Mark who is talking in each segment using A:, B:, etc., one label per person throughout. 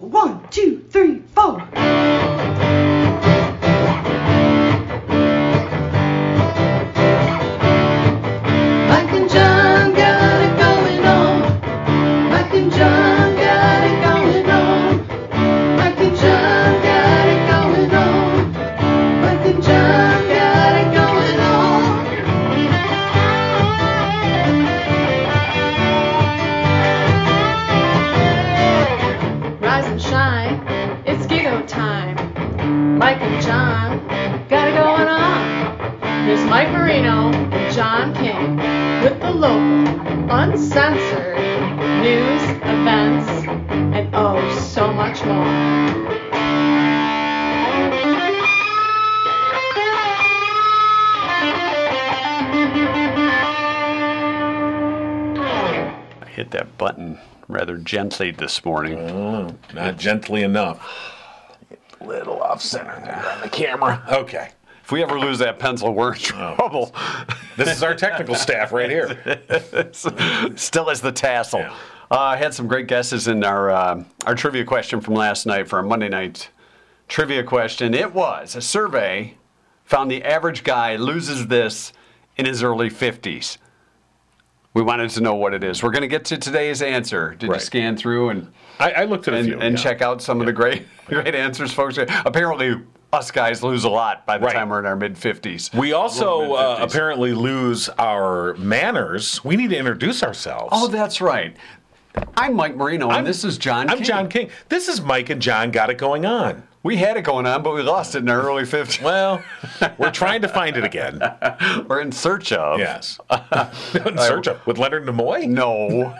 A: One, two, three, four. Mike and John got it going on. Mike and John got it going on. Mike and John got it going on. Mike and John got it going on.
B: Rise and shine, it's Gigo time. Mike and John got it going on. Here's Mike Marino and John King with the local, uncensored news, events, and oh, so much more.
C: I hit that button rather gently this morning.
D: Not gently enough. Little off center there on the camera. Okay.
C: If we ever lose that pencil, we're in
D: Oh.
C: trouble.
D: This is our technical staff right here.
C: Still is the tassel.
D: Yeah.
C: Uh, I had some great guesses in our uh, our trivia question from last night for our Monday night trivia question. It was a survey found the average guy loses this in his early 50s. We wanted to know what it is. We're going to get to today's answer. Did you
D: Right.
C: scan through and
D: I, I looked at a
C: and,
D: few.
C: and
D: yeah.
C: check out some of the great great answers, folks? Apparently, us guys lose a lot by the
D: Right.
C: time we're in our mid 50s.
D: We also
C: Little
D: uh,
C: mid-fifties.
D: apparently lose our manners. We need to introduce ourselves.
C: Oh, that's right. I'm Mike Marino, and this is John.
D: I'm
C: King.
D: John King. This is Mike and John Got It Going On.
C: We had it going on, but we lost it in our early 50s.
D: Well, we're trying to find it again.
C: We're in search of.
D: Yes. In search of with Leonard Nimoy.
C: No.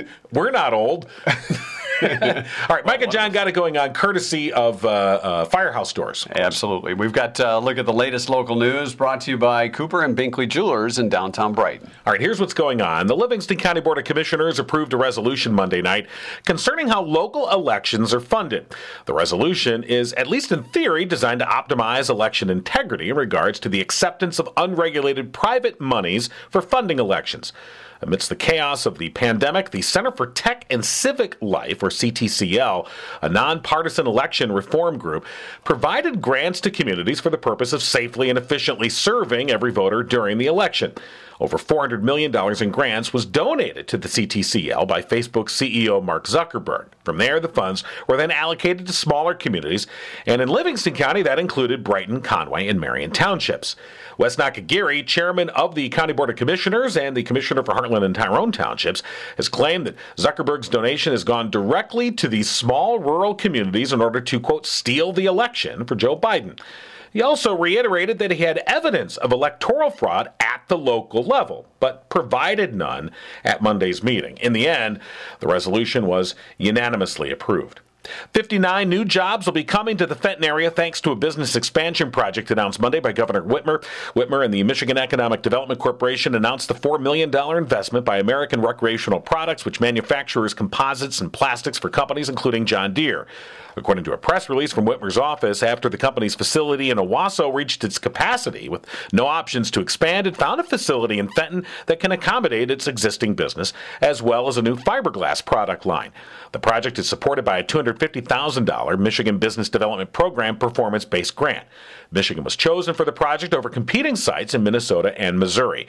D: We're not old. All right, Mike and John got it going on, courtesy of uh, uh, Firehouse Doors.
C: Absolutely. We've got uh, a look at the latest local news brought to you by Cooper and Binkley Jewelers in downtown Brighton.
D: All right, here's what's going on. The Livingston County Board of Commissioners approved a resolution Monday night concerning how local elections are funded. The resolution is, at least in theory, designed to optimize election integrity in regards to the acceptance of unregulated private monies for funding elections. Amidst the chaos of the pandemic, the Center for Tech and Civic Life, or CTCL, a nonpartisan election reform group, provided grants to communities for the purpose of safely and efficiently serving every voter during the election. Over $400 million in grants was donated to the CTCL by Facebook CEO Mark Zuckerberg. From there, the funds were then allocated to smaller communities, and in Livingston County, that included Brighton, Conway, and Marion Townships. Wes Nakagiri, chairman of the County Board of Commissioners and the Commissioner for Heartland and Tyrone Townships, has claimed that Zuckerberg's donation has gone directly to these small rural communities in order to, quote, steal the election for Joe Biden. He also reiterated that he had evidence of electoral fraud at the local level, but provided none at Monday's meeting. In the end, the resolution was unanimously approved. 59 new jobs will be coming to the Fenton area thanks to a business expansion project announced Monday by Governor Whitmer. Whitmer and the Michigan Economic Development Corporation announced the $4 million investment by American Recreational Products, which manufactures composites and plastics for companies including John Deere. According to a press release from Whitmer's office, after the company's facility in Owasso reached its capacity with no options to expand, it found a facility in Fenton that can accommodate its existing business as well as a new fiberglass product line. The project is supported by a $250,000 Michigan Business Development Program performance based grant. Michigan was chosen for the project over competing sites in Minnesota and Missouri.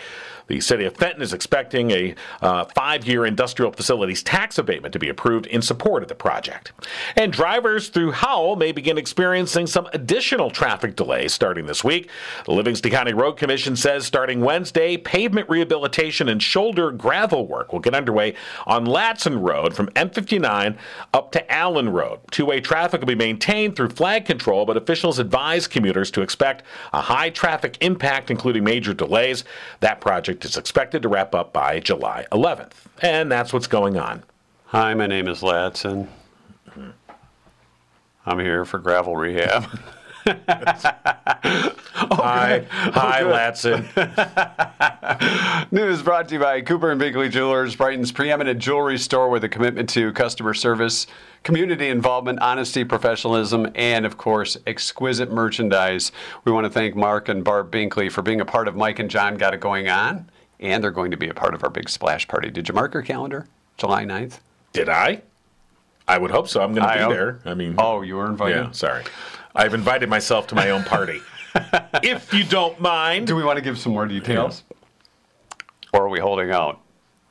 D: The city of Fenton is expecting a uh, five year industrial facilities tax abatement to be approved in support of the project. And drivers through Howell may begin experiencing some additional traffic delays starting this week. The Livingston County Road Commission says starting Wednesday, pavement rehabilitation and shoulder gravel work will get underway on Latson Road from M59 up to Allen Road. Two way traffic will be maintained through flag control, but officials advise commuters to expect a high traffic impact, including major delays. That project is expected to wrap up by July 11th. And that's what's going on.
C: Hi, my name is Latson. I'm here for gravel rehab. Oh,
D: hi, hi, Latson.
C: News brought to you by Cooper and Binkley Jewelers, Brighton's preeminent jewelry store with a commitment to customer service, community involvement, honesty, professionalism, and of course, exquisite merchandise. We want to thank Mark and Barb Binkley for being a part of Mike and John Got It Going On, and they're going to be a part of our big splash party. Did you mark your calendar? July 9th?
D: Did I? I would hope so. I'm going to
C: I
D: be
C: hope-
D: there. I mean,
C: Oh, you were invited?
D: yeah, sorry. I've invited myself to my own party. if you don't mind.
C: Do we want to give some more details? Or are we holding out?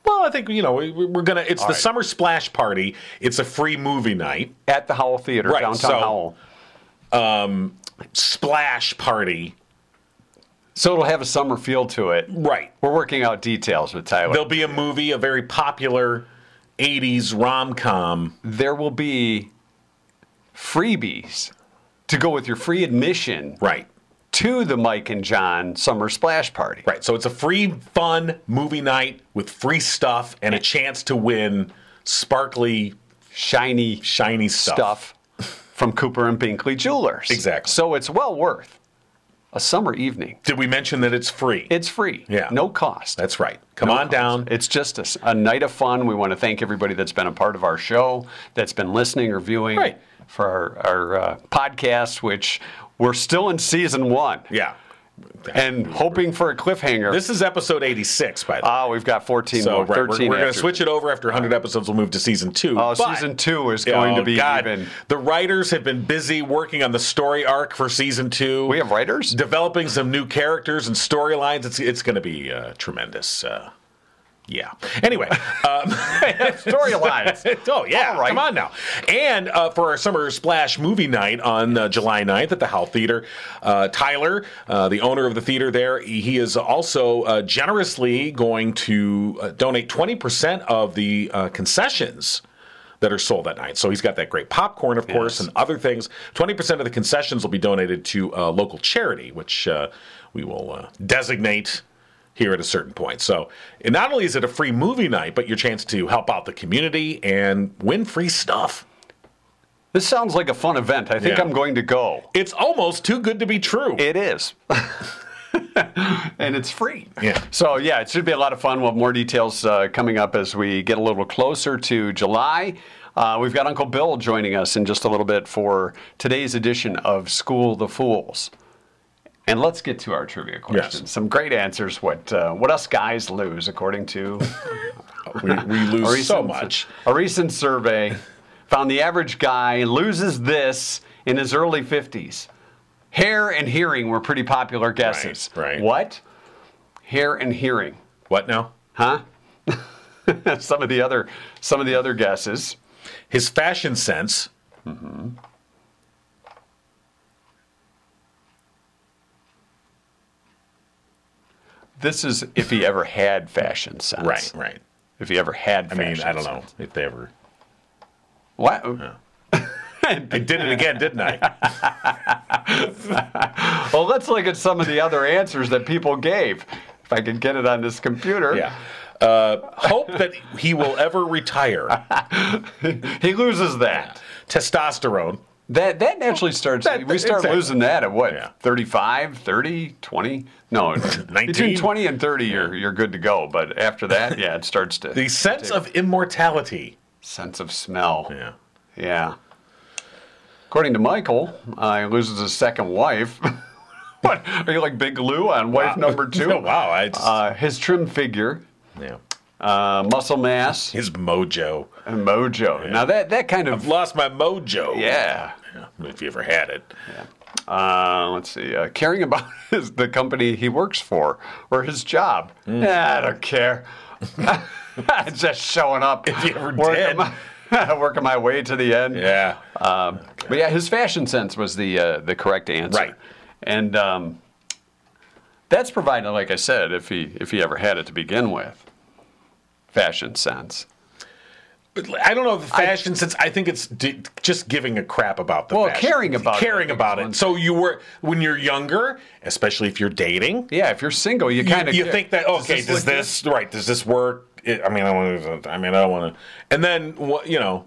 D: Well, I think, you know, we, we're going to, it's the
C: right.
D: summer splash party. It's a free movie night.
C: At the Howell Theater,
D: Right,
C: downtown
D: so-
C: Howell.
D: Um, Splash party.
C: So it'll have a summer feel to it.
D: Right.
C: We're working out details with Tyler.
D: There'll be a movie, a very popular 80s rom com.
C: there will be freebies to go with your free admission
D: Right.
C: to the Mike and John Summer Splash Party.
D: Right. So it's a free, fun movie night with free stuff and a chance to win sparkly,
C: Shiny
D: shiny stuff.
C: stuff from Cooper and Binkley Jewelers.
D: Exactly.
C: So it's well worth a summer evening.
D: Did we mention that it's free?
C: It's free.
D: Yeah.
C: No cost.
D: That's right. Come
C: No
D: on
C: cost.
D: down.
C: It's just a, s- a night of fun. We want to thank everybody that's been a part of our show, that's been listening or viewing
D: Right.
C: for our, our uh, podcast, which we're still in season one
D: yeah.
C: and hoping for a cliffhanger.
D: This is episode 86, by the way.
C: Ah, we've got 14
D: so
C: more.
D: right, we're-
C: 13
D: we're, going to
C: after.
D: switch it over after 100 episodes. We'll move to season two.
C: Oh,
D: But-
C: season two is going to
D: Oh,
C: be
D: God.
C: even.
D: The writers have been busy working on the story arc for season two.
C: We have writers?
D: developing some new characters and storylines. It's it's going to be uh, tremendous. Uh, yeah. Anyway, um,
C: Storylines.
D: oh yeah,
C: All right.
D: come on now. And uh, for our summer splash movie night on uh, July 9th at the Howell Theater, uh, Tyler, uh, the owner of the theater there, he is also uh, generously going to uh, donate 20% of the uh, concessions. That are sold that night. So he's got that great popcorn, of course, and other things. 20% of the concessions will be donated to a local charity, which uh, we will uh, designate here at a certain point. So, and not only is it a free movie night, but your chance to help out the community and win free stuff.
C: This sounds like a fun event. I think
D: Yeah.
C: I'm going to go.
D: It's almost too good to be true.
C: It is. and it's free.
D: Yeah.
C: So, yeah, it should be a lot of fun. We'll have more details uh, coming up as we get a little closer to July. Uh, we've got Uncle Bill joining us in just a little bit for today's edition of School the Fools. And let's get to our trivia questions. Some great answers. What uh, what us guys lose, according to
D: we, we
C: A
D: lose
C: recent-
D: so much.
C: A recent survey found the average guy loses this in his early 50s. Hair and hearing were pretty popular guesses.
D: Right, right.
C: What? Hair and hearing.
D: What now?
C: Huh? some of the other some of the other guesses.
D: His fashion sense.
C: This is if he ever had fashion sense.
D: Right, right.
C: If he ever had
D: I
C: fashion
D: mean, I don't
C: sense.
D: know if they ever.
C: What?
D: I did it again, didn't I?
C: Well, let's look at some of the other answers that people gave. If I could get it on this computer.
D: Yeah. Uh, hope that he will ever retire.
C: He loses that.
D: Testosterone.
C: That that naturally starts.
D: That-
C: we start
D: exactly.
C: losing that at what?
D: Yeah.
C: 35, 30, 20? No, between
D: 19?
C: 20 and 30, you're, you're good to go. But after that, yeah, it starts to.
D: The sense of immortality.
C: sense of smell.
D: Yeah.
C: Yeah. According to Michael, uh, he loses his second wife. what? Are you like Big Lou on wife number two?
D: wow. I just,
C: Uh, his trim figure,
D: yeah.
C: uh, muscle mass,
D: His mojo.
C: and mojo. Now, that, that kind of.
D: Lost my mojo.
C: Yeah.
D: Yeah, If you ever had it.
C: Uh, let's see, uh, caring about his, the company he works for or his job.
D: Hmm.
C: Nah, I don't care. Just showing up. If
D: you ever did.
C: working My, working my way to the end.
D: Yeah.
C: Um, But yeah, his fashion sense was the uh, the correct answer.
D: Right.
C: And um, that's provided, like I said, if he if he ever had it to begin with. Fashion sense.
D: I don't know the fashion sense. I think it's d- just giving a crap about the
C: Well,
D: fashion.
C: caring about it,
D: caring
C: I think,
D: about
C: is one
D: it. So you were when you're younger, especially if you're dating,
C: Yeah, if you're single, you
D: you,
C: kind of
D: you think that okay, does, this, right? Does this work? It- I mean, I want to. I mean, I don't want to. And then wha- you know,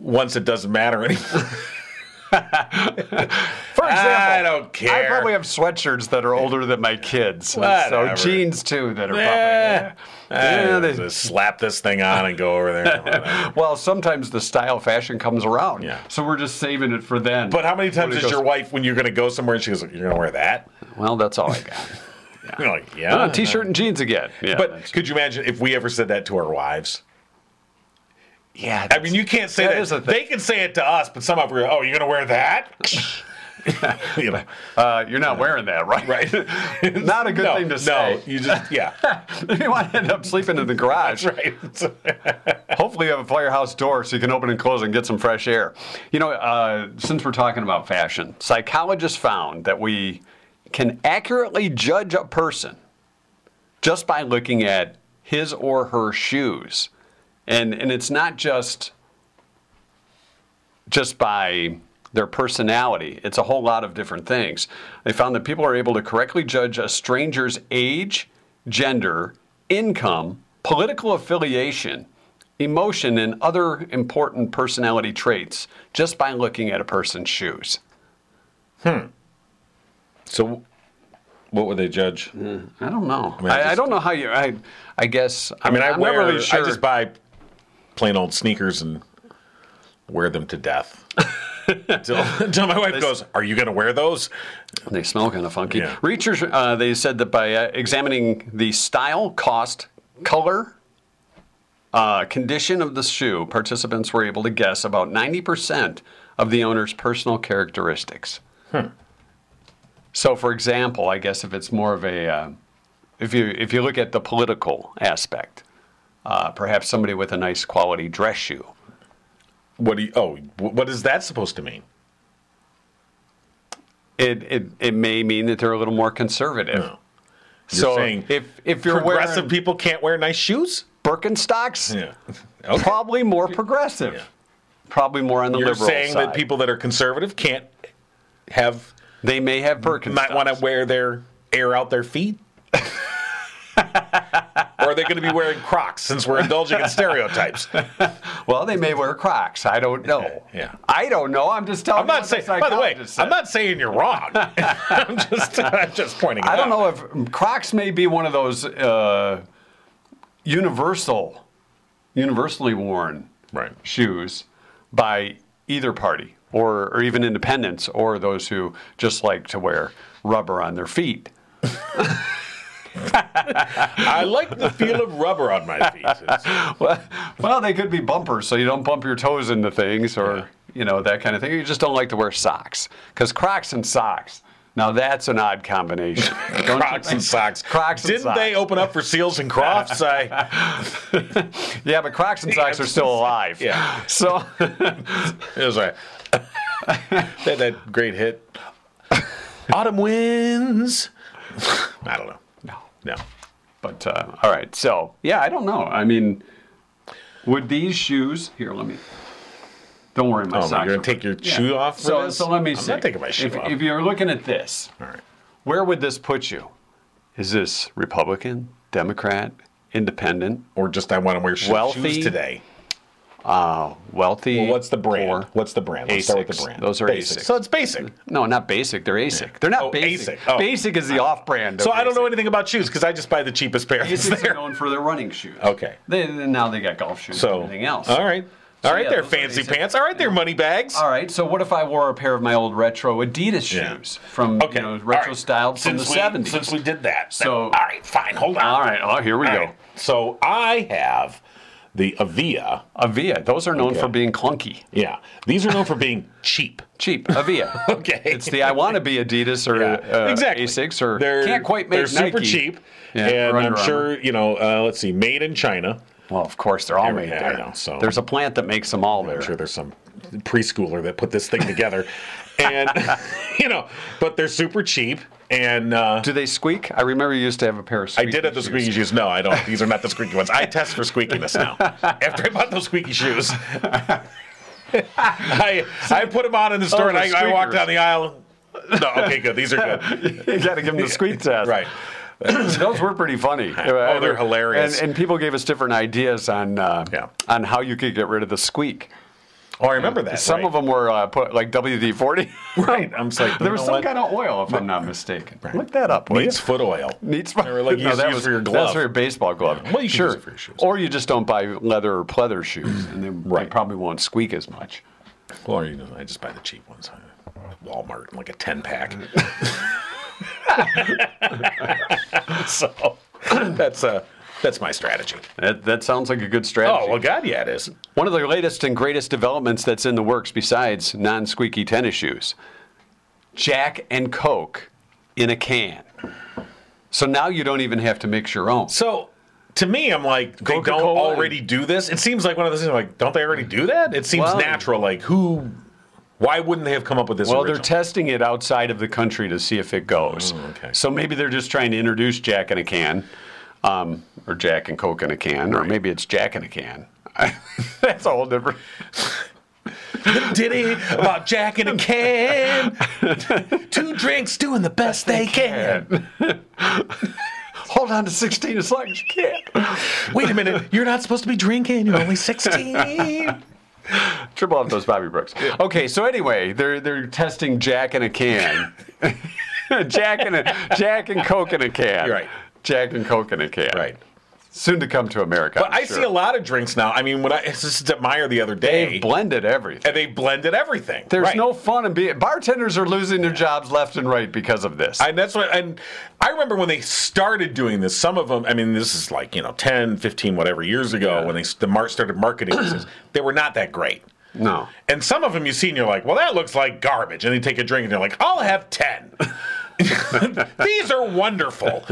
D: once it doesn't matter anymore,
C: For example,
D: I don't
C: I
D: care.
C: probably have sweatshirts that are older than my kids. and So
D: Whatever.
C: jeans too that are probably.
D: Eh,
C: Yeah,
D: eh,
C: they-
D: just slap this thing on and go over there.
C: Well, sometimes the style fashion comes around.
D: Yeah.
C: So we're just saving it for then.
D: But how many
C: When
D: times
C: it
D: is
C: goes-
D: your wife when you're going to go somewhere and she goes, "You're going to wear that"?
C: Well, that's all I got.
D: You're like, yeah,
C: Ah, t-shirt and jeans again. Yeah.
D: But could you imagine if we ever said that to our wives?
C: Yeah.
D: I mean, you can't say
C: That
D: that.
C: is a thing.
D: They can say it to us, but somehow we're oh, you're gonna wear that. you know,
C: Uh, you're not wearing that, right?
D: right?
C: not a good
D: no,
C: thing to
D: no,
C: say.
D: you just yeah,
C: you want to end up sleeping in the garage.
D: right.
C: Hopefully, you have a firehouse door so you can open and close and get some fresh air. You know, uh, since we're talking about fashion, psychologists found that we can accurately judge a person just by looking at his or her shoes, and and it's not just just by their personality. It's a whole lot of different things. They found that people are able to correctly judge a stranger's age, gender, income, political affiliation, emotion, and other important personality traits just by looking at a person's shoes.
D: so, what would they judge?
C: I don't know. I,
D: mean, I
C: I
D: just-
C: don't know how you. I, I guess.
D: I mean, I
C: I'm
D: wear.
C: Not really sure.
D: I just buy plain old sneakers and wear them to death. until, until my wife goes, "Are you gonna wear those?"
C: They smell kind of funky.
D: Yeah.
C: Researchers uh, they said that by uh, examining the style, cost, color, uh, condition of the shoe, participants were able to guess about 90% of the owner's personal characteristics.
D: Hmm.
C: So, for example, I guess if it's more of a, uh, if you if you look at the political aspect, uh, perhaps somebody with a nice quality dress shoe.
D: What do you? Oh, wh- what is that supposed to mean?
C: It, it, it may mean that they're a little more conservative.
D: No. You're
C: so
D: saying
C: if if you're
D: progressive
C: wearing
D: people can't wear nice shoes.
C: Birkenstocks,
D: Yeah. Okay.
C: probably more progressive, probably more on the
D: You're
C: liberal
D: saying
C: side.
D: that people that are conservative can't have
C: they may have Birkenstocks.
D: might want to wear their air out their feet. or are they going to be wearing Crocs since we're indulging in stereotypes?
C: well, they may wear Crocs. I don't know.
D: Yeah.
C: I don't know. I'm just telling.
D: I'm
C: you
D: not
C: what
D: saying.
C: The
D: By the way,
C: psychologist said.
D: I'm not saying you're wrong. I'm just, I'm just pointing. It
C: I don't
D: out.
C: know if Crocs may be one of those uh, universal, universally worn
D: Right.
C: shoes by either party, or or even independents, or those who just like to wear rubber on their feet.
D: I like the feel of rubber on my feet. It's-
C: well, well, they could be bumpers, so you don't bump your toes into things or,
D: Yeah.
C: you know, that kind of thing. You just don't like to wear socks because Crocs and socks. Now that's an odd combination. don't you
D: Crocs and
C: think?
D: socks.
C: Crocs and
D: Didn't they open up for Seals and Crofts? I,
C: Yeah, but Crocs and socks are still alive.
D: Yeah.
C: So,
D: it was right. they had that great hit. Autumn winds. I don't know.
C: no.
D: No.
C: But uh, all right. So yeah, I don't know. I mean, would these shoes here? Let me. Don't worry, my
D: Oh,
C: socks.
D: man, you're
C: are-
D: gonna take your
C: Yeah.
D: shoe off for
C: so,
D: this?
C: so let me
D: I'm
C: see.
D: not taking my shoe
C: if,
D: off.
C: If you're looking at this,
D: All right.
C: where would this put you? Is this Republican, Democrat, Independent,
D: Or just I want to wear sh-
C: Wealthy.
D: shoes today.
C: uh, wealthy?
D: Well, what's the brand?
C: poor?
D: What's the brand? Let's start with the
C: Asics.
D: brand.
C: Those are
D: basic.
C: Asics.
D: So it's basic.
C: No, not basic. They're ASIC. They're not
D: Oh,
C: basic.
D: ASIC. Oh.
C: Basic is the off-brand.
D: So
C: of
D: I don't know
C: ASIC.
D: anything about shoes because I just buy the cheapest pair that's
C: ASICs are
D: there.
C: known for their running shoes.
D: Okay.
C: They, now they got golf shoes
D: So
C: and everything else.
D: All right. All right,
C: yeah,
D: they're
C: those are
D: fancy
C: basic.
D: pants. All right, they're money bags.
C: All right. So what if I wore a pair of my old retro Adidas
D: Yeah.
C: shoes from
D: Okay.
C: you know,
D: all right.
C: retro styled from
D: Since
C: the
D: we-
C: 70s?
D: Since we did that.
C: So-
D: all right, fine. Hold on.
C: All right. Oh, here we
D: All
C: go.
D: right. So I have the Avia.
C: Avia. Those are known
D: Okay.
C: for being clunky.
D: Yeah. These are known for being cheap.
C: cheap Avia.
D: Okay.
C: it's the I want to be Adidas or
D: Yeah,
C: uh,
D: exactly.
C: Asics or
D: They're-
C: can't quite make
D: They're super
C: Nike.
D: cheap,
C: Yeah,
D: and
C: or
D: I'm
C: Under Armour.
D: sure you know. Uh, let's see, made in China.
C: Well, of course they're all
D: Every-
C: made
D: yeah, I
C: there.
D: know, so-
C: There's a plant that makes them all there.
D: I'm sure there's some preschooler that put this thing together, and you know, but they're super cheap. And uh,
C: Do they squeak? I remember you used to have a pair of.
D: I
C: Squeaky
D: did have the
C: shoes.
D: squeaky shoes. No, I don't. These are not the squeaky ones. I test for squeakiness now. After I bought those squeaky shoes, I I put them on in the store and
C: they're
D: I, I walked
C: squeakers.
D: down the aisle. No, okay, good. These are good.
C: you got to give them the squeak test,
D: Right.
C: Those were pretty funny.
D: Oh, they're hilarious.
C: And, and people gave us different ideas on uh,
D: Yeah.
C: on how you could get rid of the squeak.
D: Oh, I remember that.
C: Some
D: right.
C: of them were uh, put like WD forty.
D: Right. I'm just like,
C: there was some
D: what?
C: kind of oil, if I'm not mistaken. Look that up, will you?
D: Needs foot oil.
C: Needs
D: Or like use- use for your
C: That's
D: glove.
C: for your baseball glove.
D: Well, you can
C: sure.
D: use it for your shoes.
C: Or you just don't buy leather or pleather shoes, and then they
D: Right.
C: probably won't squeak as much.
D: Or you know, I just buy the cheap ones. huh? Walmart, like a ten pack. so that's a That's my strategy.
C: That, that sounds like a good strategy.
D: Oh, well, God, yeah, it is.
C: One of the latest and greatest developments that's in the works besides non squeaky tennis shoes Jack and Coke in a can. So now you don't even have to mix your own.
D: So to me, I'm like, they don't
C: Coca-Cola and-
D: already do this. It seems like one of those things. Like, don't they already do that? It seems
C: Well-
D: natural. Like, who? Why wouldn't they have come up with this?
C: Well, they're
D: original?
C: testing it outside of the country to see if it goes.
D: Oh, okay.
C: So maybe they're just trying to introduce Jack in a can, um, or Jack and Coke in a can, or maybe it's Jack in a can. That's a whole different.
D: Diddy about Jack in a can. Two drinks, doing the best they can.
C: Hold on to 16 as long as you can.
D: Wait a minute, you're not supposed to be drinking. You're only 16.
C: Triple off those Bobby Brooks. Okay, so anyway, they're they're testing Jack in a can. Jack in a Jack and Coke in a can.
D: You're right.
C: Jack and Coke in a can.
D: Right.
C: Soon to come to America.
D: But I see a lot of drinks now. I mean, when I just at Meyer the other day,
C: They've blended everything.
D: and they blended everything.
C: There's
D: Right.
C: no fun in being. Bartenders are losing their jobs left and right because of this.
D: And that's what, and I remember when they started doing this, some of them, I mean, this is like, you know, 10, 15, whatever years ago when they the mar- started marketing this, they were not that great.
C: no.
D: And some of them you see and you're like, well, that looks like garbage. And they take a drink and they're like, I'll have 10. These are wonderful.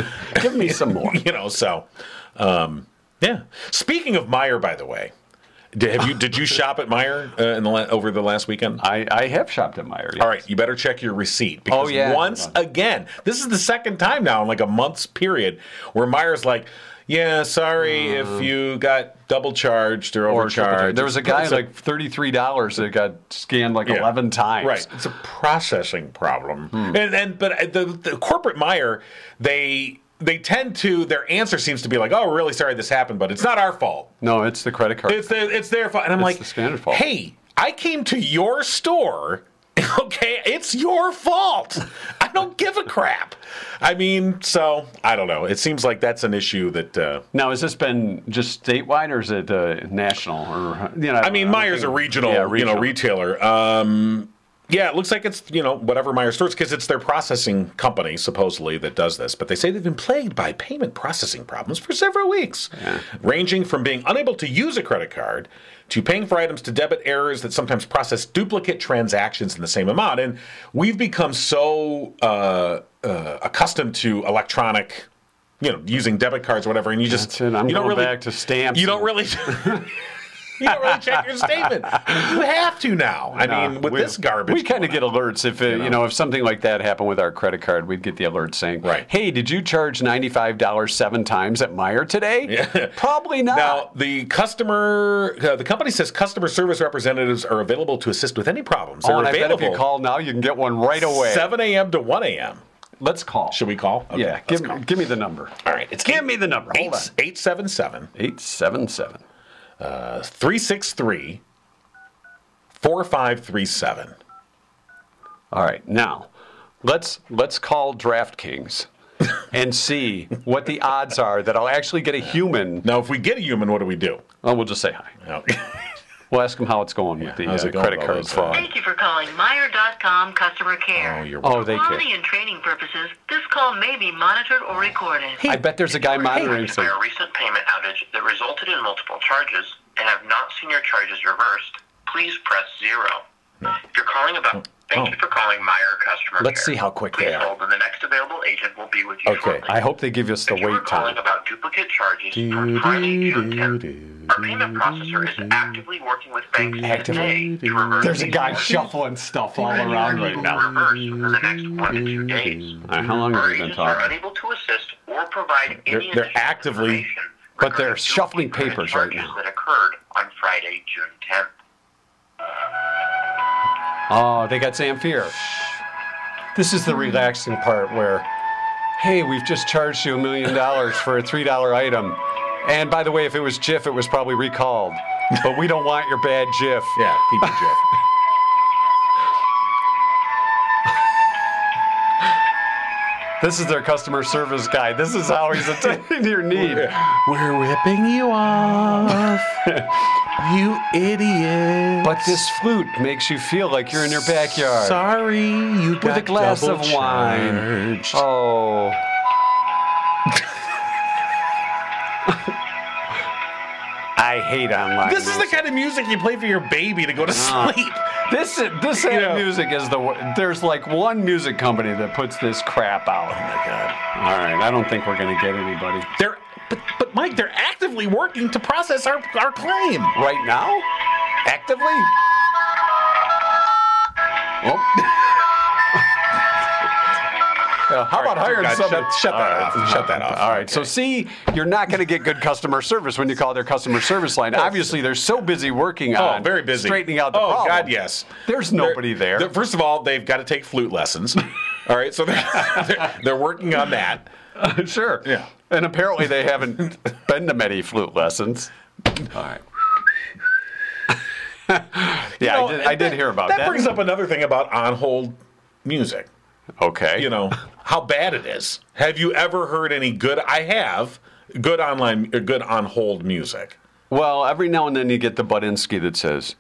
C: Give me some more.
D: you know, so, um, yeah. Speaking of Meyer, by the way, did, have you, did you shop at Meyer uh, in the la- over the last weekend?
C: I, I have shopped at Meyer. yes.
D: All right, you better check your receipt because
C: Oh, yeah.
D: once again, this is the second time now in like a month's period where Meyer's like, "Yeah, sorry if you got double charged or
C: Mm. Or triple
D: overcharged."
C: check. There was a guy
D: It's a-
C: like thirty-three dollars that got scanned like
D: yeah.
C: eleven times. Hmm.
D: Right, it's a processing problem, and and but uh, the, the corporate Meyer, they they tend to their answer seems to be like, "Oh, we're really sorry this happened, but it's not our fault.
C: No, it's the credit card.
D: It's their it's their fault." And I'm like,
C: the standard fault.
D: Hey, I came to your store. Okay, it's your fault. I don't give a crap. I mean, so I don't know. It seems like that's an issue that uh,
C: Now, has this been just statewide or is it uh, national? Or you know,
D: I mean, Meyer's a regional, you know, retailer. Um, yeah, it looks like it's you know whatever Meyer stores because it's their processing company supposedly that does this. But they say they've been plagued by payment processing problems for several weeks, ranging from being unable to use a credit card to paying for items to debit errors that sometimes process duplicate transactions in the same amount. And we've become so uh, uh, accustomed to electronic. You know, using debit cards or whatever, and you just
C: That's it. I'm
D: you don't
C: going
D: really
C: back to stamps
D: You don't
C: and-
D: really you don't really check your statement. You have to now. I mean, with this garbage,
C: we kind of get
D: going on.
C: alerts if uh, you, know? if something like that happened with our credit card, we'd get the alert saying,
D: Right.
C: hey, did you charge ninety five dollars seven times at Meyer today?
D: Yeah.
C: Probably not."
D: Now, the customer, uh, the company says customer service representatives are available to assist with any problems. They're
C: oh, and I bet
D: available
C: if you call now, you can get one right away.
D: 7 a.m. to 1 a.m.
C: Let's call.
D: Should we call? Okay,
C: yeah,
D: let's
C: give,
D: call.
C: give me the number.
D: All right, it's
C: Give
D: eight-
C: me the number. Hold on.
D: eight- 877
C: Eight seven seven.
D: 363 4537.
C: All right, now let's let's call DraftKings and see what the odds are that I'll actually get a human.
D: Now, if we get a human, what do we do?
C: Oh, we'll just say hi.
D: Okay.
C: We'll ask them how it's going with the
D: how's
C: uh,
D: it going
C: credit
D: with all
C: card
D: this, uh,
C: fraud.
E: Thank you for calling Meyer.com customer care.
D: Oh, you're
C: Oh,
E: For
C: they
E: quality
C: care.
E: and training purposes, this call may be monitored or recorded.
C: I bet there's a guy monitoring
F: for
C: something.
F: your recent payment outage that resulted in multiple charges and have not seen your charges reversed, please press zero. If you're calling about, thank
D: Oh.
F: you for calling Meyer Customer
C: Let's
F: Care.
C: see how quick
F: Please
C: they are.
F: hold, and the next available agent will be with you
D: Okay,
F: shortly.
C: I hope they give us the
F: if you are
C: wait
F: calling
C: time.
F: about duplicate charges on Friday, June 10th, our payment processor is actively working with banks
C: Actively.
F: today to reverse
C: There's a
F: these
C: guy
F: charges.
C: shuffling stuff all
F: These
C: around
F: charges
C: right
F: will
C: now.
F: reverse for the next one to two days.
C: All right, how long have
F: Our
C: we been
F: agents are
C: talking?
F: unable to assist or provide
D: They're-
F: any
D: they're
F: additional
D: actively-
F: information
C: but they're
F: regarding
C: shuffling
F: duplicate
C: papers right
F: charges
C: now.
F: That occurred on Friday, June 10th.
C: Oh, they got Zamfir. This is the relaxing part where, hey, we've just charged you a million dollars for a three dollar item, and by the way, if it was Jif, it was probably recalled. But we don't want your bad Jif.
D: Yeah, people, Jeff.
C: This is their customer service guy. This is how he's attending to your need.
D: We're ripping you off. you idiot.
C: But this flute makes you feel like you're in your backyard.
D: Sorry, you got
C: a glass of
D: double
C: wine. Oh,
D: charged.
C: Oh. I Uh-huh. hate online.
D: This is the
C: music.
D: kind of music you play for your baby to go to sleep.
C: This is- this
D: You
C: kind of
D: know.
C: music is the wor- there's like one music company that puts this crap out. Oh my god! All right, I don't think we're gonna get anybody
D: They're, but, but Mike, they're actively working to process our, our claim.
C: right now. Actively. Well. Yeah, How about
D: right,
C: hiring
D: God,
C: somebody?
D: shut- shut that
C: All
D: off. Shut that off.
C: All right. So see, you're not going to get good customer service when you call their customer service line. Obviously, they're so busy working on
D: Oh, very busy.
C: straightening out the
D: oh,
C: problem.
D: God, yes.
C: There's
D: They're-
C: nobody there.
D: they're- first of all, they've got to take flute lessons. all right, so they're, they're, they're working on that.
C: sure.
D: Yeah.
C: And apparently they haven't been to many flute lessons. All right. yeah,
D: You know,
C: I, did,
D: and
C: I did
D: that-
C: hear about
D: that.
C: that.
D: brings up another thing about on hold music.
C: okay.
D: You know how bad it is. Have you ever heard any good? I have good online, uh, good on hold music.
C: Well, every now and then you get the Budinsky that says,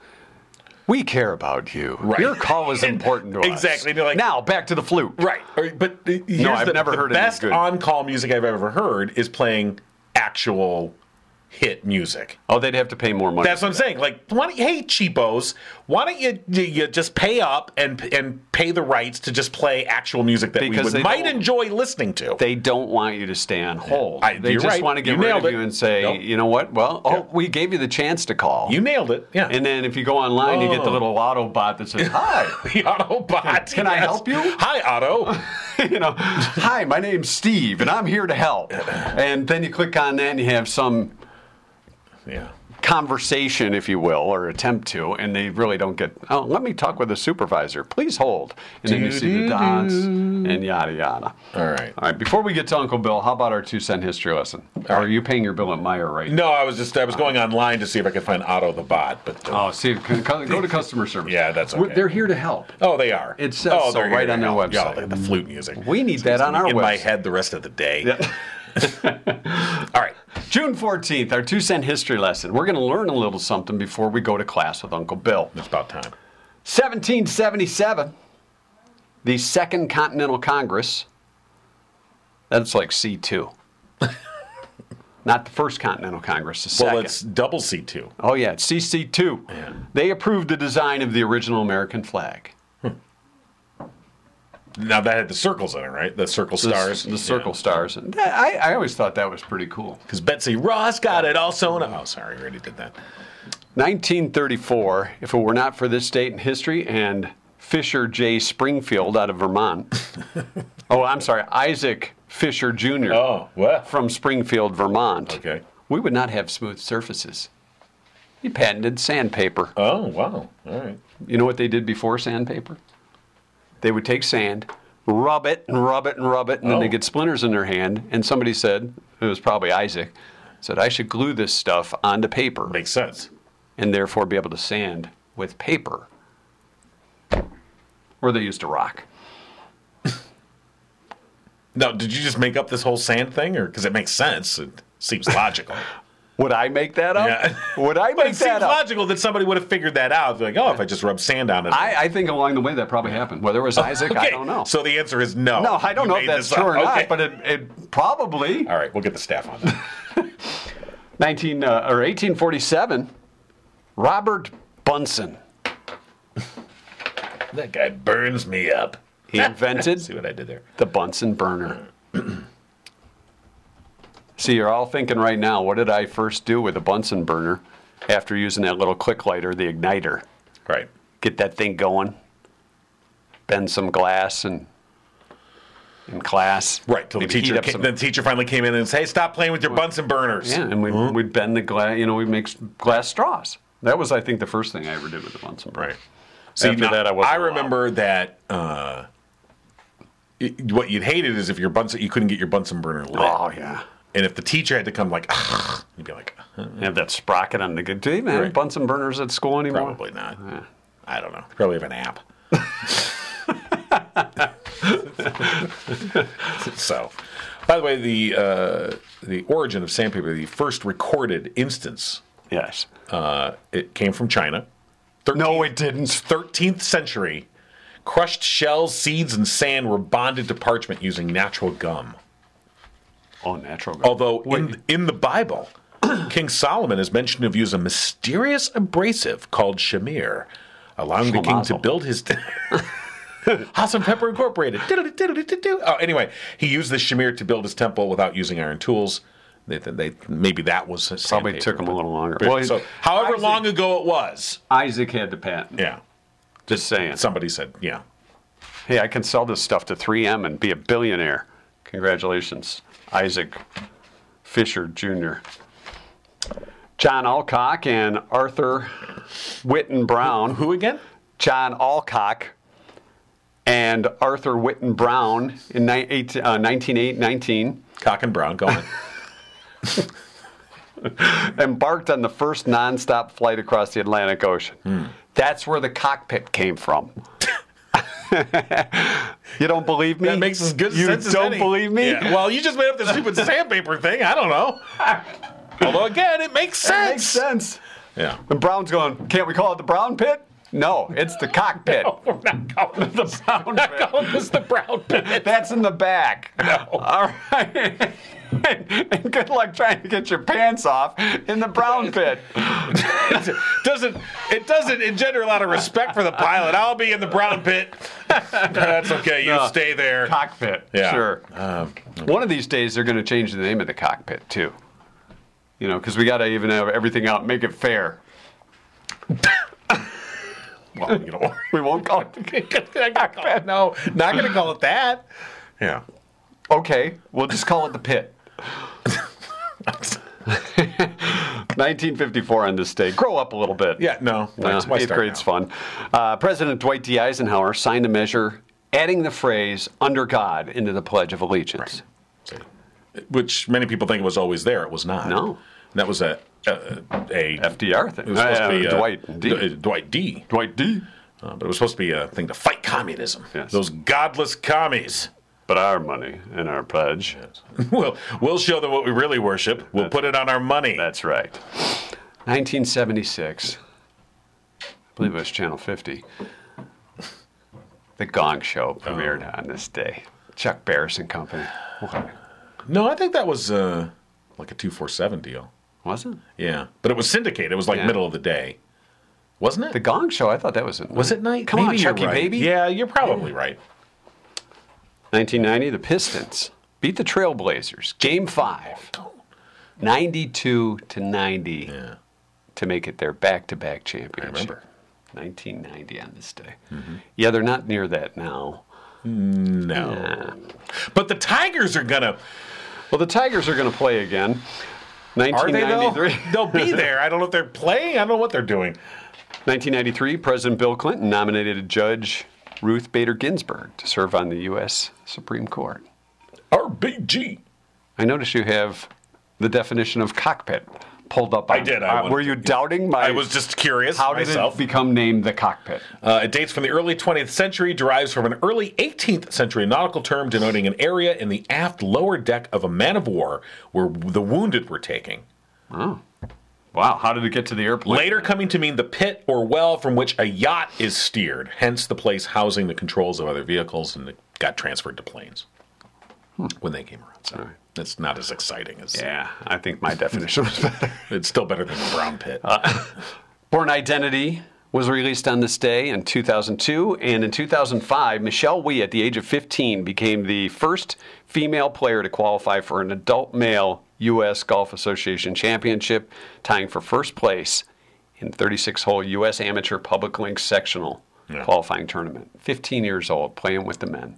C: "We care about you.
D: Right.
C: Your call is important to us."
D: Exactly. They're like-
C: now back to the flute.
D: Right. Or- But the- here's
C: I've
D: the,
C: never
D: the
C: heard any
D: best
C: good-
D: on-call music I've ever heard is playing actual hit music.
C: Oh, they'd have to pay more money.
D: That's what I'm saying. Like, why don't hey cheapos, why don't you you- you just pay up and and pay the rights to just play actual music that
C: Because
D: we
C: they
D: would, might
C: don't-
D: enjoy listening to?
C: they don't want you to stay on hold.
D: I-
C: they
D: you're
C: just
D: right.
C: want to get
D: You
C: rid
D: nailed
C: of
D: it.
C: you and say,
D: Yep.
C: "You know what? Well, oh,
D: Yep.
C: we gave you the chance to call."
D: you nailed it. Yeah.
C: and then if you go online, you get the
D: Oh.
C: little auto bot that says, "Hi."
D: the Autobot.
C: Can I help you?
D: Hi, Otto.
C: you know, "Hi, my name's Steve, and I'm here to help." And then you click on that, and you have some
D: yeah.
C: conversation, if you will, or attempt to, and they really don't get. Oh, let me talk with the supervisor. Please hold. And then you see the dots and yada yada.
D: All right.
C: All right. Before we get to Uncle Bill, how about our two cent history lesson? Are you paying your bill at Meyer right? now?
D: No, I was just I was going online to see if I could find Otto the bot, but uh,
C: Oh, see, c- c- go to customer service.
D: Yeah, that's
C: We're-
D: okay.
C: They're here to help.
D: oh, they are.
C: It says
D: oh,
C: so
D: they're here
C: right
D: to
C: on their
D: help. Yeah,
C: website.
D: the- the flute music.
C: We need that on our
D: in my
C: website.
D: head the rest of the day. All right.
C: June 14th, our two cent history lesson. We're going to learn a little something before we go to class with Uncle Bill.
D: It's about time.
C: 1777, the Second Continental Congress. That's like C2. Not the First Continental Congress, the
D: Well,
C: second.
D: it's double C2.
C: oh, yeah, it's CC2. They approved the design of the original American flag.
D: Now that had the circles in it, right? The circle
C: The-
D: stars.
C: The, circle stars. And that- I, I always thought that was pretty cool.
D: Because Betsy Ross got it all sewn up. Oh, sorry, we already did that.
C: 1934, if it were not for this date in history and Fisher J. Springfield out of Vermont. oh, I'm sorry, Isaac Fisher Jr.
D: Oh, well.
C: from Springfield, Vermont.
D: Okay.
C: We would not have smooth surfaces. He patented sandpaper.
D: Oh, wow. All right.
C: You know what they did before sandpaper? They would take sand, rub it and rub it and rub it, and then
D: Oh.
C: they get splinters in their hand. And somebody said, it was probably Isaac, said, I should glue this stuff onto paper
D: Makes sense.
C: and therefore be able to sand with paper. Or they used a rock.
D: Now, did you just make up this whole sand thing? or Because it makes sense. It seems logical.
C: Would I make that up?
D: Yeah.
C: Oh, Would I
D: but it
C: make
D: seems
C: that up?
D: logical that somebody would have figured that out. Like, oh, if I just rub sand on it.
C: I, I think along the way that probably happened. Whether it was Isaac, I
D: Okay,
C: don't know.
D: So the answer is no.
C: No, I don't know
D: Oh, You
C: if
D: made
C: that's
D: this
C: true or
D: up.
C: not,
D: Okay.
C: but it, it probably.
D: All right, we'll get the staff on that.
C: 19 uh, or 1847, Robert Bunsen
D: that guy burns me up.
C: he
D: See
C: invented
D: what I did there?
C: the Bunsen burner. See, you're all thinking right now, what did I first do with a Bunsen burner after using that little click lighter, the igniter?
D: Right.
C: Get that thing going, bend some glass and in class.
D: Right. Till the
C: maybe heat
D: teacher,
C: up
D: ca-
C: some-
D: the teacher finally came in and said, "Hey, stop playing with your Bunsen burners."
C: Yeah, and we'd,
D: Mm-hmm.
C: we'd bend the glass, you know, we'd make s- glass straws. That was, I think, the first thing I ever did with the Bunsen burner.
D: Right. See,
C: After
D: now,
C: that, I wasn't allowed.
D: remember that. Uh, it- what you'd hated is if your Bunsen, you couldn't get your Bunsen burner lit.
C: Oh, yeah.
D: And if the teacher had to come, like, "Ugh," you'd be like, "Uh,
C: have that sprocket on the good. Do they even have
D: Right.
C: Bunsen burners at school anymore?
D: probably not. I don't know. They probably have an app. so, by the way, the uh, the origin of sandpaper, the first recorded instance,
C: Yes.
D: uh, it came from China. 13th,
C: No, it didn't.
D: 13th century, crushed shells, seeds, and sand were bonded to parchment using natural gum.
C: Oh, natural. Gum.
D: Although in, in the Bible, King Solomon is mentioned to have used a mysterious abrasive called shamir, allowing the king to
C: Shlemazel.
D: build his. House and Pepper Incorporated. Diddle-diddle-diddle-diddle. Oh, anyway, he used the shamir to build his temple without using iron tools. They, they, maybe that was
C: Probably
D: sandpaper,
C: took him a
D: but-
C: little longer.
D: Well,
C: Well,
D: so, however
C: Isaac-
D: long ago it was,
C: Isaac had the patent.
D: yeah.
C: Just saying.
D: Somebody said, yeah.
C: Hey, I can sell this stuff to 3M and be a billionaire. Congratulations, Isaac Fisher Jr. John Alcock and Arthur Witten Brown.
D: Who again?
C: John Alcock and Arthur Witten Brown in ni- eight- uh, 1919
D: Cock and Brown. Go on.
C: embarked on the first nonstop flight across the Atlantic Ocean.
D: Hmm.
C: That's where the cockpit came from. you don't believe me?
D: that makes as good
C: you
D: sense as
C: don't
D: any.
C: believe me?
D: Yeah, Well, you just made up this stupid sandpaper thing. I don't know. Although, again, it makes sense.
C: That makes sense.
D: Yeah.
C: And Brown's going, can't we call it the Brown Pit? No, it's the cockpit.
D: We're not calling it the brown We're not calling this the brown pit.
C: That's in the back. All right. and good luck trying to get your pants off in the Brown Pit.
D: doesn't it doesn't engender a lot of respect for the pilot. I'll be in the brown pit. That's okay. You
C: No.
D: stay there.
C: cockpit.
D: Yeah.
C: Sure.
D: Um,
C: One of these days, they're going to change the name of the cockpit, too. You know, because we got to even have everything out, make it fair.
D: well, you know.
C: We won't call it the
D: Cockpit. No, not gonna call it that. Yeah.
C: Okay, we'll just call it the pit. 1954 on this day. Grow up a little bit.
D: Yeah. No.
C: No,
D: That's why
C: eighth
D: start
C: grade's
D: now.
C: fun. Uh, President Dwight D. Eisenhower signed a measure adding the phrase "under God" into the Pledge of Allegiance.
D: which many people think it was always there. It was not.
C: No.
D: That was a a, a
C: FDR thing.
D: It was supposed
C: Uh,
D: to be uh,
C: Dwight D.
D: D- Dwight D.
C: Dwight D.
D: Uh, but it was supposed to be a thing to fight communism.
C: Yes.
D: Those godless commies.
C: But our money and our pledge.
D: we'll we'll show them what we really worship. We'll put it on our money.
C: That's right. 1976. I believe it was Channel 50. The Gong Show premiered
D: Oh.
C: on this day. Chuck Barris and Company. What?
D: No, I think that was uh, like a two four seven deal.
C: Was it?
D: Yeah, but it was syndicated. It was like
C: Yeah.
D: middle of the day, wasn't it?
C: The Gong Show, I thought that was it.
D: was it night?
C: Come on,
D: Maybe you're
C: Chucky
D: right.
C: Baby.
D: Yeah, you're probably right.
C: 1990, the Pistons beat the Trailblazers, game five, 92 to 90,
D: Yeah.
C: to make it their back to back championship.
D: remember.
C: 1990 on this day. Yeah, they're not near that now.
D: No, but the Tigers are gonna.
C: Well, the Tigers are going to play again.
D: Are they though?
C: 1993.
D: They'll be there. I don't know if they're playing. I don't know what they're doing.
C: 1993, President Bill Clinton nominated Judge Ruth Bader Ginsburg to serve on the U.S. Supreme Court.
D: RBG.
C: I notice you have the definition of cockpit pulled up.
D: I
C: on-
D: did. I
C: uh, were
D: wanted
C: you
D: to-
C: doubting my?
D: I was just curious
C: How did
D: myself.
C: it become named the cockpit?
D: Uh, it dates from the early 20th century, derives from an early 18th century nautical term denoting an area in the aft lower deck of a man of war where the wounded were taking.
C: Wow, how did it get to the airplane?
D: Later coming to mean the pit or well from which a yacht is steered, hence the place housing the controls of other vehicles, and it got transferred to planes when they came around. So it's not as exciting as
C: Yeah, I think my definition was better.
D: it's still better than the brown pit.
C: Born Identity was released on this day in 2002, and in 2005, Michelle Wee, at the age of 15, became the first female player to qualify for an adult male U.S. Golf Association championship, tying for first place in 36-hole U.S. Amateur Public Links sectional
D: Yeah.
C: qualifying tournament. 15 years old, playing with the men.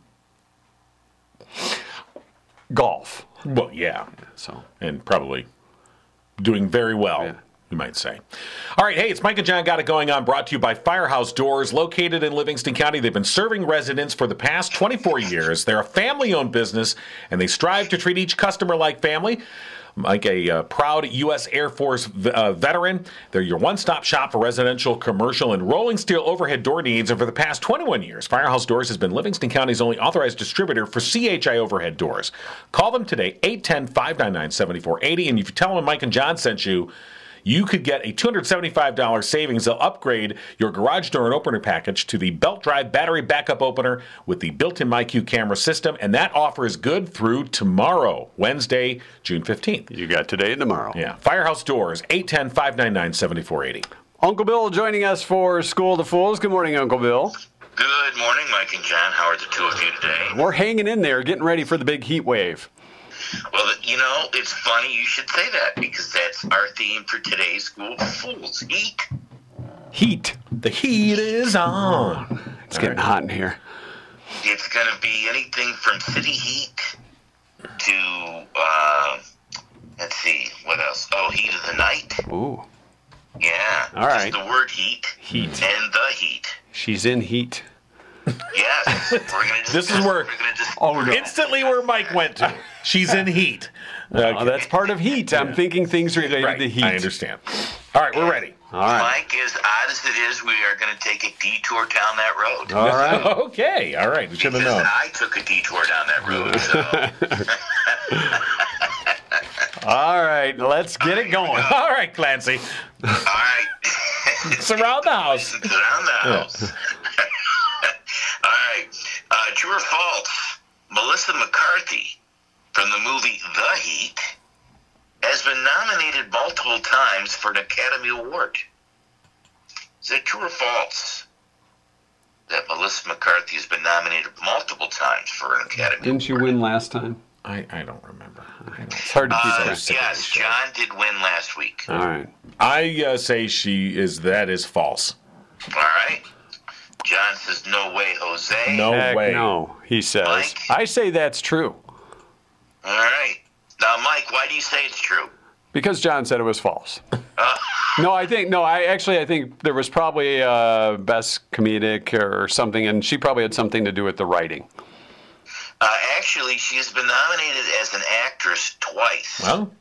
C: Golf.
D: well, yeah.
C: So
D: and probably doing very well.
C: Yeah.
D: You might say. All right, hey, it's Mike and John Got It Going On, brought to you by Firehouse Doors, located in Livingston County. They've been serving residents for the past 24 years. They're a family owned business, and they strive to treat each customer like family. Like a uh, proud U.S. Air Force v- uh, veteran, they're your one stop shop for residential, commercial, and rolling steel overhead door needs. And for the past 21 years, Firehouse Doors has been Livingston County's only authorized distributor for CHI overhead doors. Call them today, 810 599 7480. And if you tell them Mike and John sent you, you could get a $275 savings. They'll upgrade your garage door and opener package to the belt drive battery backup opener with the built in MyQ camera system. And that offer is good through tomorrow, Wednesday, June 15th.
C: You got today and tomorrow.
D: Yeah. Firehouse Doors, 810 599 7480.
C: Uncle Bill joining us for School of the Fools. Good morning, Uncle Bill.
F: Good morning, Mike and John. How are the two of you today?
C: We're hanging in there, getting ready for the big heat wave.
F: Well, you know, it's funny you should say that because that's our theme for today's School of Fools Eat.
C: Heat.
D: The heat is on.
C: It's getting hot in here.
F: It's going to be anything from city heat to, uh, let's see, what else? Oh, heat of the night.
C: Ooh,
F: Yeah.
C: All right.
F: Just the word heat.
C: Heat.
F: And the heat.
C: she's in heat.
F: Yes. We're gonna discuss,
D: This is where-
F: We're gonna just,
C: Oh, no.
D: Instantly where Mike went to. She's in heat.
C: Oh, that's part of heat. I'm thinking things related
D: Right.
C: to heat.
D: I understand. All right, we're ready.
C: All right.
F: Mike, as odd as it is, we are going to take a detour down that road.
C: All right.
D: Okay. All right. We should have
F: because
D: known.
F: I took a detour down that road. So.
C: All right. Let's get it going.
D: All right, Clancy.
F: All right.
D: Surround the house.
F: It's around the house. All right. Uh, true or false? Melissa McCarthy from the movie The Heat has been nominated multiple times for an Academy Award. Is it true or false that Melissa McCarthy has been nominated multiple times for an Academy?
C: Didn't you win last time?
D: I, I don't remember. I,
C: It's hard
D: don't,
C: to keep
F: Uh,
C: that.
F: yes, John did win last week.
C: All right.
D: I uh, say she is. That is false.
F: All right. John says, no way, Jose.
D: No
C: Heck
D: way.
C: no, he says.
F: Mike?
C: I say that's true
F: All right. Now, Mike, why do you say it's true?
C: because John said it was false. no, I think no. I actually I think there was probably uh, best comedic or something, and she probably had something to do with the writing.
F: Uh, actually, she's been nominated as an actress twice.
D: Well,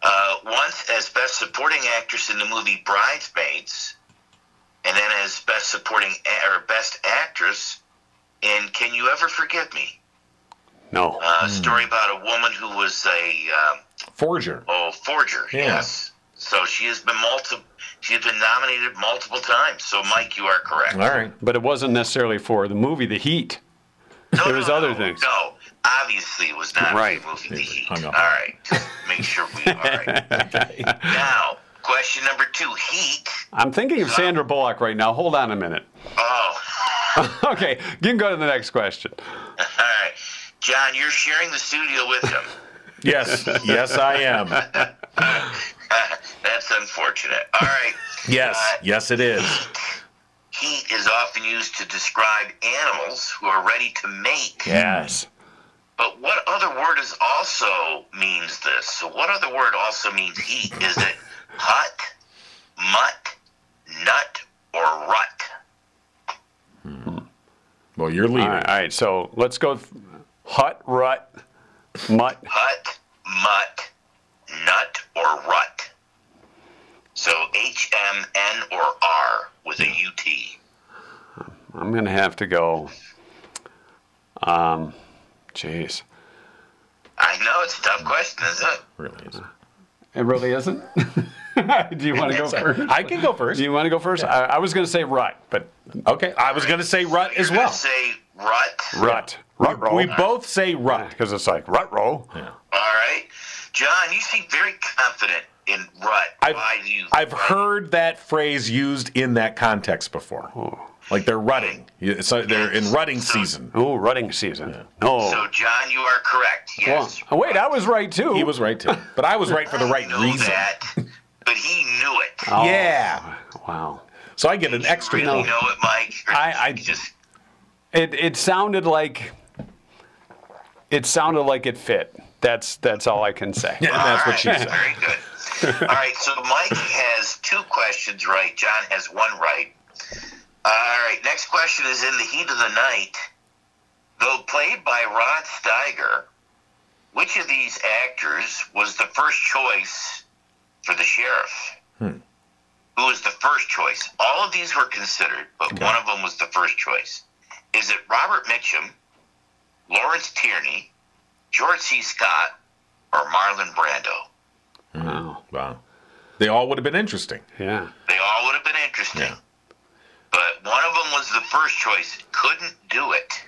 F: Uh, once as Best Supporting Actress in the movie Bridesmaids, and then as Best Supporting A- or Best Actress in Can You Ever Forgive Me?
C: No.
F: A
D: Hmm.
F: story about a woman who was a um,
D: forger.
F: oh forger.
D: Yeah.
F: Yes. So she has been multiple. She has been nominated multiple times. So, Mike, you are correct.
D: All right.
C: But it wasn't necessarily for the movie The Heat.
F: No,
C: There
F: no,
C: was
F: no,
C: other things.
F: No, obviously it was not
C: Right.
F: right. the movie The Heat.
D: hung
F: All
D: up.
F: right, just make sure we. All right. now, question number two: Heat.
C: I'm thinking of Sandra Bullock right now. Hold on a minute.
F: Oh,
C: okay, you can go to the next question.
F: all right, John, you're sharing the studio with him.
D: Yes. Yes, I am.
F: That's unfortunate. All right,
D: Yes. Yes, it is.
F: heat is often used to describe animals who are ready to mate.
D: Yes.
F: But what other word is also means this? So what other word also means heat? Is it hut, mutt, nut, or rut?
D: Well, you're leaving.
C: All right, all right, so let's go. with Hut, rut, mutt.
F: Hut, mutt, nut, or rut. So H M N or R with a U T.
C: I'm gonna have to go. Um, jeez,
F: I know it's a tough question, isn't it?
D: Really is.
C: it really isn't. Do you want to go first?
D: I can go first.
C: Do you want to go first? I, I was gonna say rut, but
D: Okay. I was going to say rut as
F: You're gonna
D: well.
F: Say rut.
C: rut, rut roll.
D: We both say rut.
C: because it's like rut roll.
F: All right, John, you seem very confident in rut.
D: I've,
F: Why do you?
D: I've
F: why-
D: heard that phrase used in that context before. Like they're rutting. Yeah, So they're in rutting season.
C: Oh, rutting season. No.
F: So John, you are correct. Yes.
C: Oh, wait, I was right too.
D: He was right too. But I was right for the
F: I
D: right
F: know
D: reason.
F: that, but he knew it.
C: Oh,
D: Yeah.
C: Wow.
D: So I get an extra
F: really
D: point.
F: know it, Mike. or
C: I- I-
F: you just
C: It it sounded like. It sounded like it fit. That's that's all I can say.
D: And that's what she
F: All right,
D: said.
F: Very good. All right, so Mike has two questions right. John has one right. All right, next question is in the heat of the night. Though played by Rod Steiger, which of these actors was the first choice for the sheriff?
D: Hmm.
F: Who was the first choice? All of these were considered, but one of them was the first choice. Is it Robert Mitchum, Lawrence Tierney, George C. Scott, or Marlon Brando?
C: Wow.
D: Wow. They all would have been interesting.
C: Yeah.
F: They all would have been interesting. But one of them was the first choice. Couldn't do it.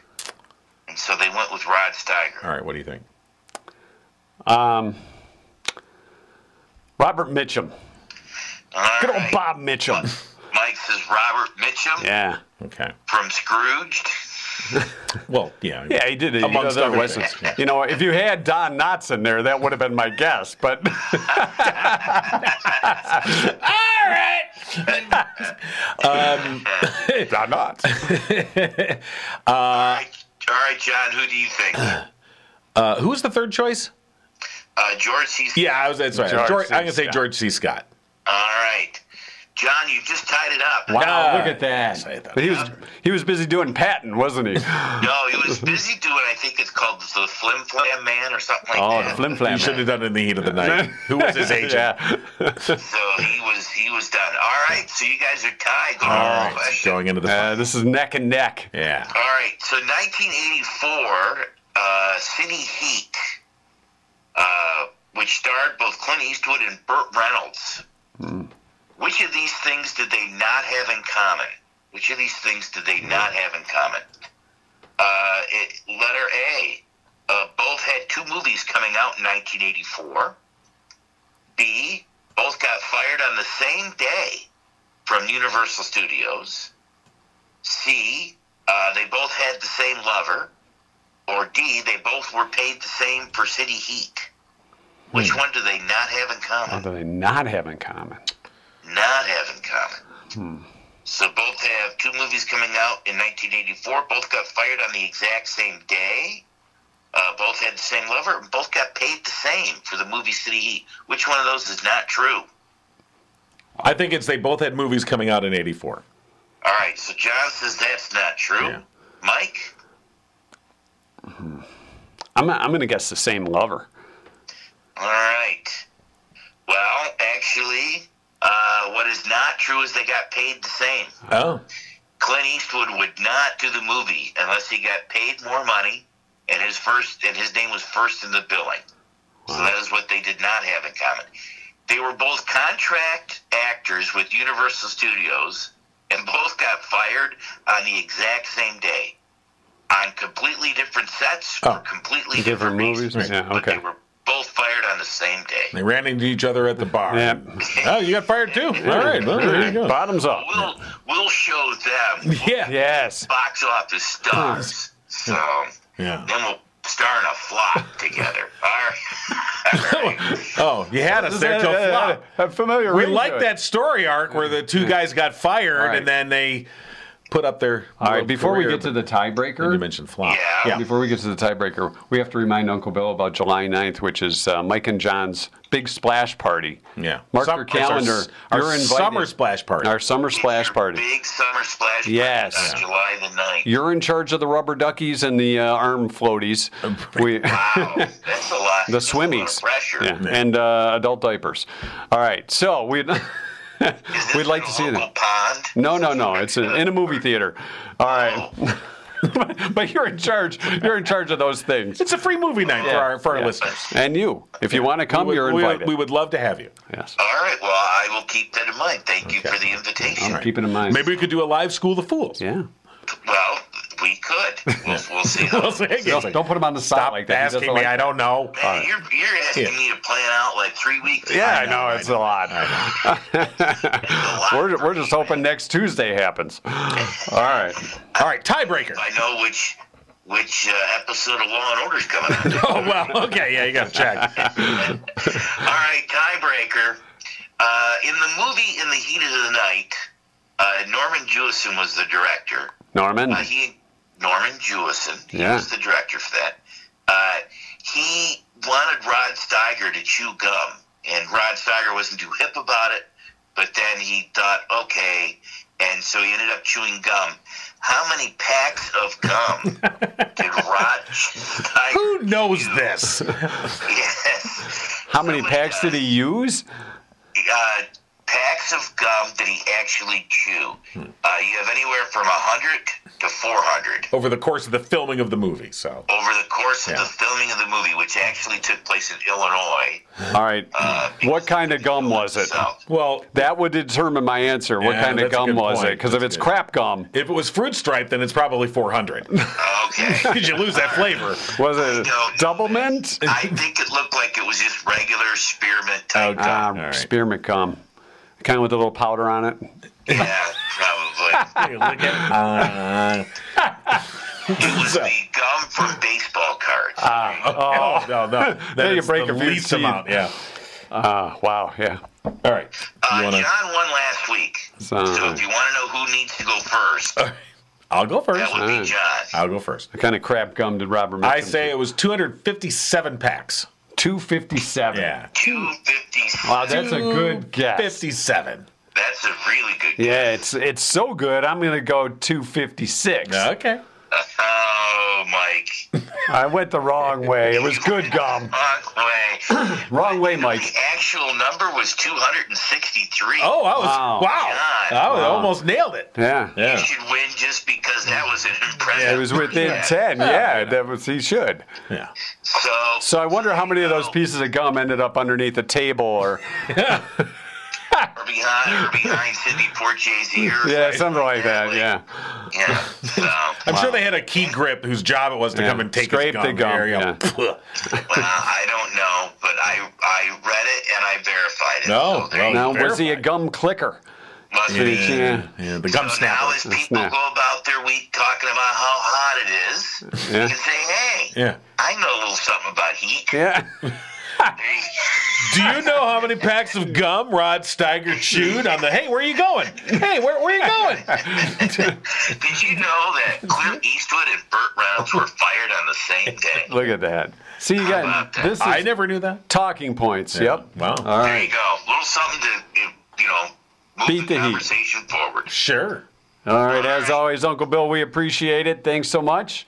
F: And so they went with Rod Steiger.
D: All right, what do you think?
C: Um, Robert Mitchum.
F: All
C: Good old
F: right.
C: Bob Mitchum.
F: Mike says Robert Mitchum
C: Yeah.
D: Okay.
F: from Scrooged.
D: Well, yeah.
C: Yeah, he did it.
D: Amongst
C: you know,
D: other
C: there was-
D: things, yeah.
C: you know, if you had Don Knotts in there, that would have been my guess. But
D: Um,
C: Don Knotts. Uh,
F: all, right, all right, John, who do you think? uh,
D: Uh, who was the third choice?
F: George C.
D: Yeah, I was. That's right.
C: George
D: George
C: C.
D: I'm gonna say
C: Scott.
D: George C. Scott.
F: All right. John, you just tied it up.
C: Wow,
D: Ah,
C: look at that.
D: say that.
C: But he was he was busy doing Patton, wasn't he?
F: No, he was busy doing, I think it's called the Flim Flam Man or something like
C: Oh,
F: that.
C: the Flim Flam.
D: You should have done it in the heat of the night. Who was his agent?
C: Yeah.
F: So he was he was done. All right, so you guys are tied. Going
D: All
F: all
D: right,
F: right.
D: going into the
C: Uh, this is neck and neck.
D: yeah.
F: All right, so 1984, uh, City Heat, uh, which starred both Clint Eastwood and Burt Reynolds. Which of these things did they not have in common? Which of these things did they not have in common? Uh, it, letter A. Uh, both had two movies coming out in 1984. B. Both got fired on the same day from Universal Studios. C, uh, they both had the same lover, or D, they both were paid the same for City Heat. Which one do they not have in
C: What
F: common?
C: do they not have in common?
F: Not have in common. So both have two movies coming out in 1984. Both got fired on the exact same day. Uh, both had the same lover. and Both got paid the same for the movie City Heat. Which one of those is not true?
D: I think it's they both had movies coming out in '84.
F: All right, so John says that's not true.
D: Yeah.
F: Mike?
C: I'm I'm going to guess the same lover.
F: All right. Well, actually, uh, what is not true is they got paid the same.
D: Oh,
F: Clint Eastwood would not do the movie unless he got paid more money, and his first and his name was first in the billing. So that is what they did not have in common. They were both contract actors with Universal Studios, and both got fired on the exact same day, on completely different sets for
D: Oh,
F: completely
C: Different
F: different,
C: movies.
F: reasons.
C: Yeah.
F: But they
C: Okay.
F: were both fired on the same day.
D: they ran into each other at the bar.
C: Yep.
D: Oh, you got fired too. All right, well, there you go.
C: Bottoms up.
F: We'll we'll show them
D: Yeah,
C: Yes.
F: box office stars. So
D: yeah.
F: then we'll star in a flock together. All right.
D: Oh, you had us there till flop.
C: I'm familiar.
D: We
C: ring to
D: like
C: it.
D: that story arc where the two guys got fired
C: right.
D: and then they put up their.
C: All right, before we get to the tiebreaker, uh,
D: you mentioned flop.
F: Yeah.
D: yeah.
C: Before we get to the tiebreaker, we have to remind Uncle Bill about July 9th, which is uh, Mike and John's big splash party.
D: Yeah.
C: Mark
D: Sum-
C: your
D: it's our
C: calendar.
D: s- Our,
C: You're invited.
D: summer splash party.
C: Our summer splash
F: Your
C: party.
F: Big summer splash party
C: Yes.
F: on July the 9th.
C: You're in charge of the rubber duckies and the uh, arm floaties. We.
F: wow. That's a lot.
C: the
F: that's a lot of
C: swimmies
F: pressure.
C: Yeah, and uh, adult diapers. All right, so we'd
F: Is this
C: we'd like
F: in
C: to
F: a
C: see
F: local
C: them.
F: Pond?
C: No, no, no. It's in, in a movie theater. All right, but you're in charge. You're in charge of those things,
D: it's a free movie night for our for our
C: Yeah.
D: listeners.
C: and you, if you want to come,
D: we,
C: you're
D: would, we, would,
C: invited.
D: we would love to have you.
C: yes,
F: All right. Well, I will keep that in mind. Thank you for the invitation.
C: keep it in mind.
D: Maybe we could do a live School of Fools.
C: yeah.
F: Well, we could. We'll, we'll see.
D: We'll see.
C: Don't, don't put him on the spot
D: Stop
C: like that. He doesn't
D: asking me.
C: like-
D: I don't know.
F: Man, you're, you're asking
D: Yeah.
F: me to plan out like three weeks.
C: yeah, I know, it's a lot.
F: That's a lot.
C: We're, we're just hoping next Tuesday happens. All right.
D: All right, tiebreaker.
F: I know which which uh, episode of Law and Order's coming up.
D: Oh well, okay, yeah, you got to check.
F: All right, tiebreaker. Uh, in the movie In the Heat of the Night, uh, Norman Jewison was the director.
C: Norman.
F: Uh, he Norman Jewison, he
C: Yeah.
F: was the director for that. Uh, he wanted Rod Steiger to chew gum, and Rod Steiger wasn't too hip about it. But then he thought, okay, and so he ended up chewing gum. How many packs of gum did Rod Steiger?
D: Who knows this?
F: Yes.
C: How many packs did he use?
F: uh,
D: Hmm.
F: packs of gum that he actually chew. Uh, you have anywhere from 100 to 400
D: over the course of the filming of the movie. So
F: over the course of
D: Yeah.
F: the filming of the movie, which actually took place in Illinois.
C: All right.
F: Uh,
C: what
F: because
C: kind of
F: they
C: gum
F: filmed
C: was it?
F: themselves.
D: well.
C: That would determine my answer. What
D: Yeah,
C: kind of
D: that's a
C: gum
D: good
C: was
D: point.
C: it? Because if it's
D: That's good.
C: crap gum,
D: If it was fruit stripe, then it's probably 400.
F: Okay.
D: Did you lose that flavor?
C: was it
F: don't-
C: double mint?
F: I think it looked like it was just regular spearmint type.
D: Okay.
C: Ah,
D: Oh, All right.
C: Spearmint gum. Kind of with a little powder on it.
F: Yeah, probably.
D: You lick it. Uh,
F: It was the gum from baseball cards.
D: oh, no, no.
C: Then
D: That
C: you
D: is
C: break
D: the
C: a few
D: least
C: teeth.
D: amount. Yeah. Uh-huh.
C: Ah, wow. Yeah.
D: All right.
F: uh,
D: You wanna- Uh-huh.
F: John won last week.
C: So-
F: So,
C: uh,
F: if you want to know who needs to go first,
D: I'll go
F: that
D: first.
F: would be
C: Alright.
F: John.
D: I'll go first.
C: What kind of crap gum did Robert mention?
D: I say it was 257 packs.
C: 257.
D: Yeah.
F: 250.
C: Wow, that's a good guess.
D: 57.
F: That's a really good guess.
C: Yeah, it's it's so good. I'm gonna go 256.
D: Okay.
F: Oh, Mike.
C: I went the wrong way. It was good gum.
F: Wrong way.
C: Wrong way,
F: The
C: Mike.
F: actual number was 263.
D: Oh, I was wow.
C: Wow.
D: I was-
C: Wow.
D: almost nailed it.
C: Yeah.
F: You should win just because that was an impressive.
C: It was within
F: Yeah.
C: 10. Yeah, that was he should.
D: Yeah.
F: So,
C: So I wonder how many of those
F: No.
C: pieces of gum ended up underneath the table or
F: or behind, or behind Sidney Portia's ear.
C: yeah, something like that. Yeah.
F: Yeah. So, well,
D: I'm sure they had a key grip whose job it was to
C: Yeah.
D: come and take
C: Scrape
D: his
C: the
D: gum.
C: gum,
D: There you go.
F: I don't know, but I I read it and I verified it.
D: No,
F: So there you
D: well,
C: Now was he a
D: Verified.
C: gum clicker?
F: must
C: Did
F: be.
C: he- Yeah.
D: Yeah, the
F: So
D: gum
F: now,
D: snapper.
F: as people
C: snap.
F: go about their week talking about how hot it is,
C: Yeah.
F: you can say, "Hey,
D: Yeah.
F: I know a little something about heat."
C: Yeah.
F: There you
D: Do you know how many packs of gum Rod Steiger chewed on the? Hey, where are you going? Hey, where, where are you going?
F: Did you know that Clint Eastwood and Burt Reynolds were fired on the same day?
C: Look at that. See you got
F: about that?
C: this is
D: I never knew that.
C: talking points. Yep.
D: Wow.
C: All
F: There
C: right.
F: you go. A little something to, you know, move
C: Beat
F: the,
C: the heat.
F: conversation forward.
D: Sure.
C: All right, as always, Uncle Bill, we appreciate it. Thanks so much.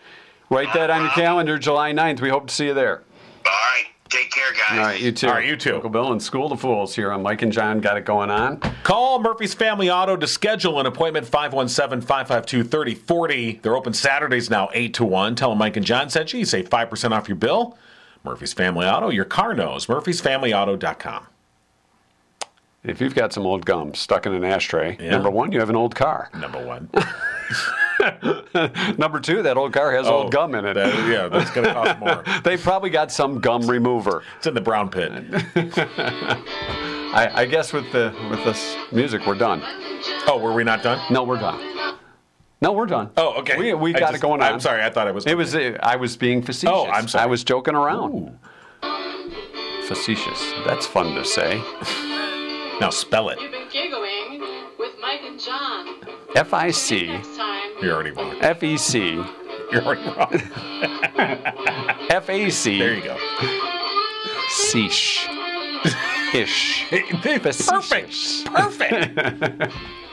C: Write that on
D: Uh-huh.
C: your calendar, July 9th. We hope to see you there.
F: All right. Take care, guys.
C: All right, you too.
D: All right, you too.
C: Uncle Bill and School of Fools here on Mike and John. Got it going on.
D: Call Murphy's Family Auto to schedule an appointment 517 552 3040. They're open Saturdays now, 8 to 1. Tell them Mike and John sent you. You save 5% off your bill. Murphy's Family Auto, your car knows. Murphy'sFamilyAuto.com.
C: If you've got some old gum stuck in an ashtray,
D: Yeah.
C: number one, you have an old car.
D: Number one.
C: Number two, that old car has
D: Oh,
C: old gum in it.
D: that- yeah, that's going to cost more.
C: they probably got some gum remover.
D: It's in the brown pit.
C: I, I guess with the with this music, we're done.
D: Oh, were we not done?
C: No, we're done. No, we're done.
D: Oh, okay.
C: We, we
D: I
C: got
D: just-
C: it going on.
D: I'm sorry. I thought it was.
C: It was. uh, I was being facetious.
D: Oh, I'm sorry.
C: I was joking around.
D: Ooh.
C: Facetious. That's fun to say.
D: Now spell it.
B: You've been giggling with Mike and John.
C: F I C
B: Next time.
D: You're already wrong.
C: F E C
D: You're already wrong.
C: F A
D: There
C: C
D: you go.
C: Seesh. Ish.
D: Perfect. Perfect.